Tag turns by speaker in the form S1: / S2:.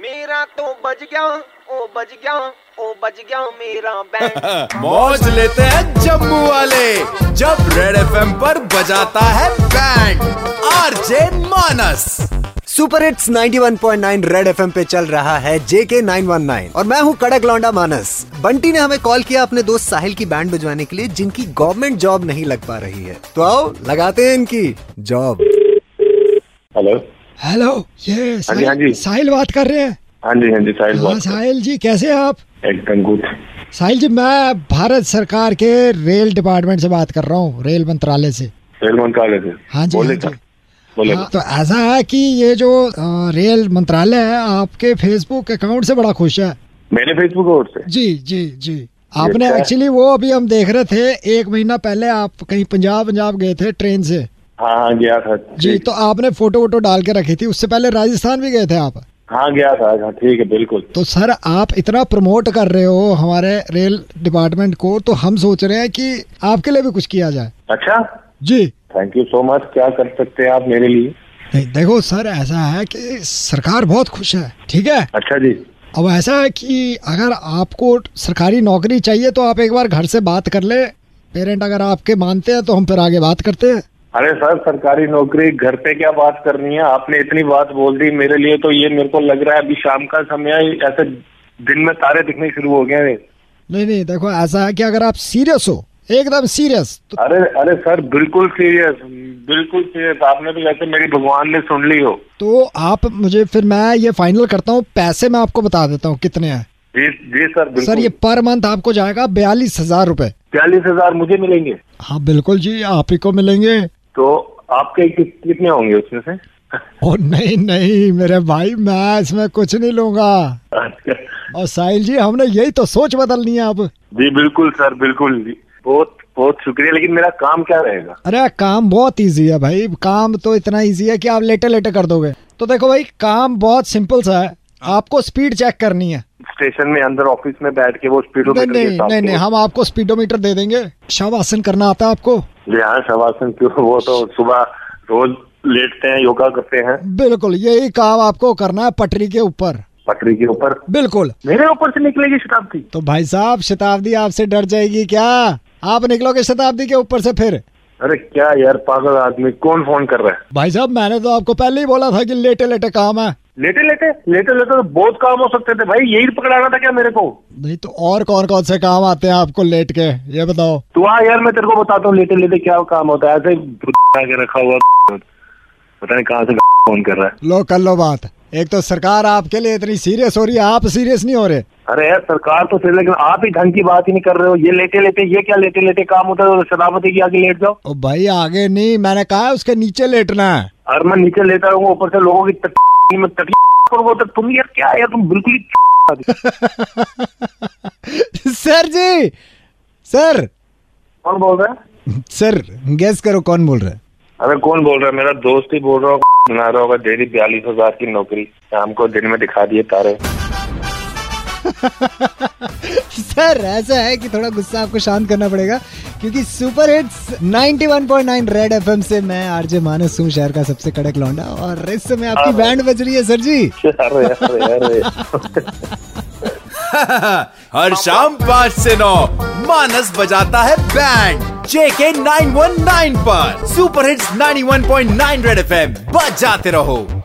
S1: मेरा तो बज गया ओ बज गया ओ बज गया मेरा बैंड
S2: मौज लेते हैं जम्मू वाले जब रेड एफएम पर बजाता है band RJ Manas
S3: super hits 91.9 Red FM पे चल रहा है जेके 919 और मैं हूँ कड़क लौंडा मानस बंटी ने हमें कॉल किया अपने दोस्त साहिल की बैंड बजवाने के लिए जिनकी गवर्नमेंट जॉब नहीं लग पा रही है तो आओ लगाते हैं इनकी जॉब
S4: हेलो
S5: हेलो ये साहिल,
S4: हाँ जी।
S5: साहिल बात कर रहे हैं
S4: हाँ जी हाँ जी साहिल
S5: हाँ
S4: बात कर-
S5: साहिल जी कैसे हैं आप
S4: एकदम गुड
S5: साहिल जी मैं भारत सरकार के रेल डिपार्टमेंट से बात कर रहा हूँ रेल मंत्रालय से
S4: रेल मंत्रालय से
S5: हाँ जी,
S4: बोले
S5: हाँ जी।
S4: सर, बोले
S5: हाँ, तो ऐसा है कि ये जो अ, रेल मंत्रालय है आपके फेसबुक अकाउंट से बड़ा खुश है
S4: मेरे फेसबुक और से
S5: जी जी जी आपने
S4: क्या?
S5: एक्चुअली वो अभी हम देख रहे थे एक महीना पहले आप कहीं पंजाब पंजाब गए थे ट्रेन से
S4: हाँ हाँ गया था
S5: जी
S4: ठीक।
S5: तो आपने फोटो वोटो डाल के रखी थी उससे पहले राजस्थान भी गए थे आप
S4: हाँ गया था हाँ ठीक है बिल्कुल
S5: तो सर आप इतना प्रमोट कर रहे हो हमारे रेल डिपार्टमेंट को तो हम सोच रहे हैं कि आपके लिए भी कुछ किया जाए
S4: अच्छा
S5: जी
S4: थैंक यू सो मच क्या कर सकते हैं आप मेरे लिए
S5: नहीं देखो सर ऐसा है कि सरकार बहुत खुश है ठीक है
S4: अच्छा जी
S5: अब ऐसा है कि अगर आपको सरकारी नौकरी चाहिए तो आप एक बार घर से बात कर ले पेरेंट अगर आपके मानते हैं तो हम फिर आगे बात करते हैं
S4: अरे सर सरकारी नौकरी घर पे क्या बात करनी है आपने इतनी बात बोल दी मेरे लिए तो ये मेरे को लग रहा है अभी शाम का समय है, ऐसे दिन में तारे दिखने शुरू हो गए हैं
S5: तो- नहीं नहीं देखो ऐसा है कि अगर आप सीरियस हो एकदम सीरियस तो
S4: अरे अरे सर बिल्कुल सीरियस बिल्कुल सीरियस आपने तो जैसे मेरी भगवान ने सुन ली हो
S5: तो आप मुझे फिर मैं ये फाइनल करता हूँ पैसे मैं आपको बता देता हूँ कितने हैं
S4: जी जी सर बिल्कुल
S5: सर ये पर मंथ आपको जाएगा बयालीस हजार रूपए
S4: चालीस हजार मुझे मिलेंगे
S5: हाँ बिल्कुल जी आप ही को मिलेंगे
S4: तो आपके कि- कितने होंगे उसमें से
S5: और नहीं नहीं मेरे भाई मैं इसमें कुछ नहीं लूंगा
S4: अच्छा।
S5: और साहिल जी हमने यही तो सोच बदलनी है अब
S4: जी बिल्कुल सर बिल्कुल बहुत बहुत शुक्रिया लेकिन मेरा काम क्या रहेगा
S5: अरे काम बहुत इजी है भाई काम तो इतना इजी है कि आप लेटे लेटे कर दोगे तो देखो भाई काम बहुत सिंपल सा है आपको स्पीड चेक करनी है
S4: स्टेशन में अंदर ऑफिस में बैठ के वो
S5: नहीं
S4: स्पीडोमीटर के
S5: नहीं
S4: हिसाब
S5: नहीं
S4: से-
S5: नहीं हम आपको स्पीडोमीटर दे देंगे शवासन करना आता है आपको
S4: जी हाँ शवासन क्यों वो तो सुबह रोज लेटते हैं योगा करते हैं
S5: बिल्कुल यही काम आपको करना है पटरी के ऊपर
S4: पटरी के ऊपर
S5: बिल्कुल
S4: मेरे ऊपर से निकलेगी शताब्दी
S5: तो भाई साहब शताब्दी आपसे डर जाएगी क्या आप निकलोगे शताब्दी के ऊपर से फिर
S4: अरे क्या यार पागल आदमी कौन फोन कर रहा है
S5: भाई साहब मैंने तो आपको पहले ही बोला था कि लेटे लेटे काम है
S4: लेटे लेटे लेटे लेटे तो बहुत काम हो सकते थे भाई यही पकड़ाना था क्या मेरे को
S5: नहीं तो और कौन कौन से काम आते हैं आपको लेट के ये बताओ
S4: तू आ यार मैं तेरे को बताता हूँ लेटे लेटे क्या काम होता है ऐसे ही भुत आके रखा हुआ पता नहीं कहाँ से फोन कर रहा है
S5: लो कर लो बात एक तो सरकार आपके लिए इतनी सीरियस हो रही है आप सीरियस नहीं हो रहे
S4: अरे यार सरकार तो फिर लेकिन आप ही ढंग की बात ही नहीं कर रहे हो ये लेटे लेटे ये क्या लेटे लेटे काम होता है शराबती की आगे लेट जाओ
S5: ओ भाई आगे नहीं मैंने कहा है, उसके नीचे लेटना है
S4: और मैं नीचे लेटा रहूंगा ऊपर से लोगों की तक- में तकलीफ और वो तो तुम यार क्या यार तुम बिल्कुल ही
S5: सर जी सर
S4: कौन बोल रहा है
S5: सर गेस करो कौन बोल रहा है
S4: अरे कौन बोल रहा है मेरा दोस्त ही बोल रहा होगा बना रहा होगा डेली बयालीस हजार की नौकरी शाम को दिन में दिखा दिए तारे
S5: सर ऐसा है कि थोड़ा गुस्सा आपको शांत करना पड़ेगा क्योंकि सुपर हिट्स 91.9 रेड एफएम से मैं आरजे मानस हूँ शहर का सबसे कड़क लौंडा और इस समय आपकी बैंड बज रही है सर जी
S4: अरे अरे अरे
S2: हर शाम पाँच से नौ मानस बजाता है बैंड जेके 919 पर सुपर हिट्स 91.9 रेड एफएम बजाते रहो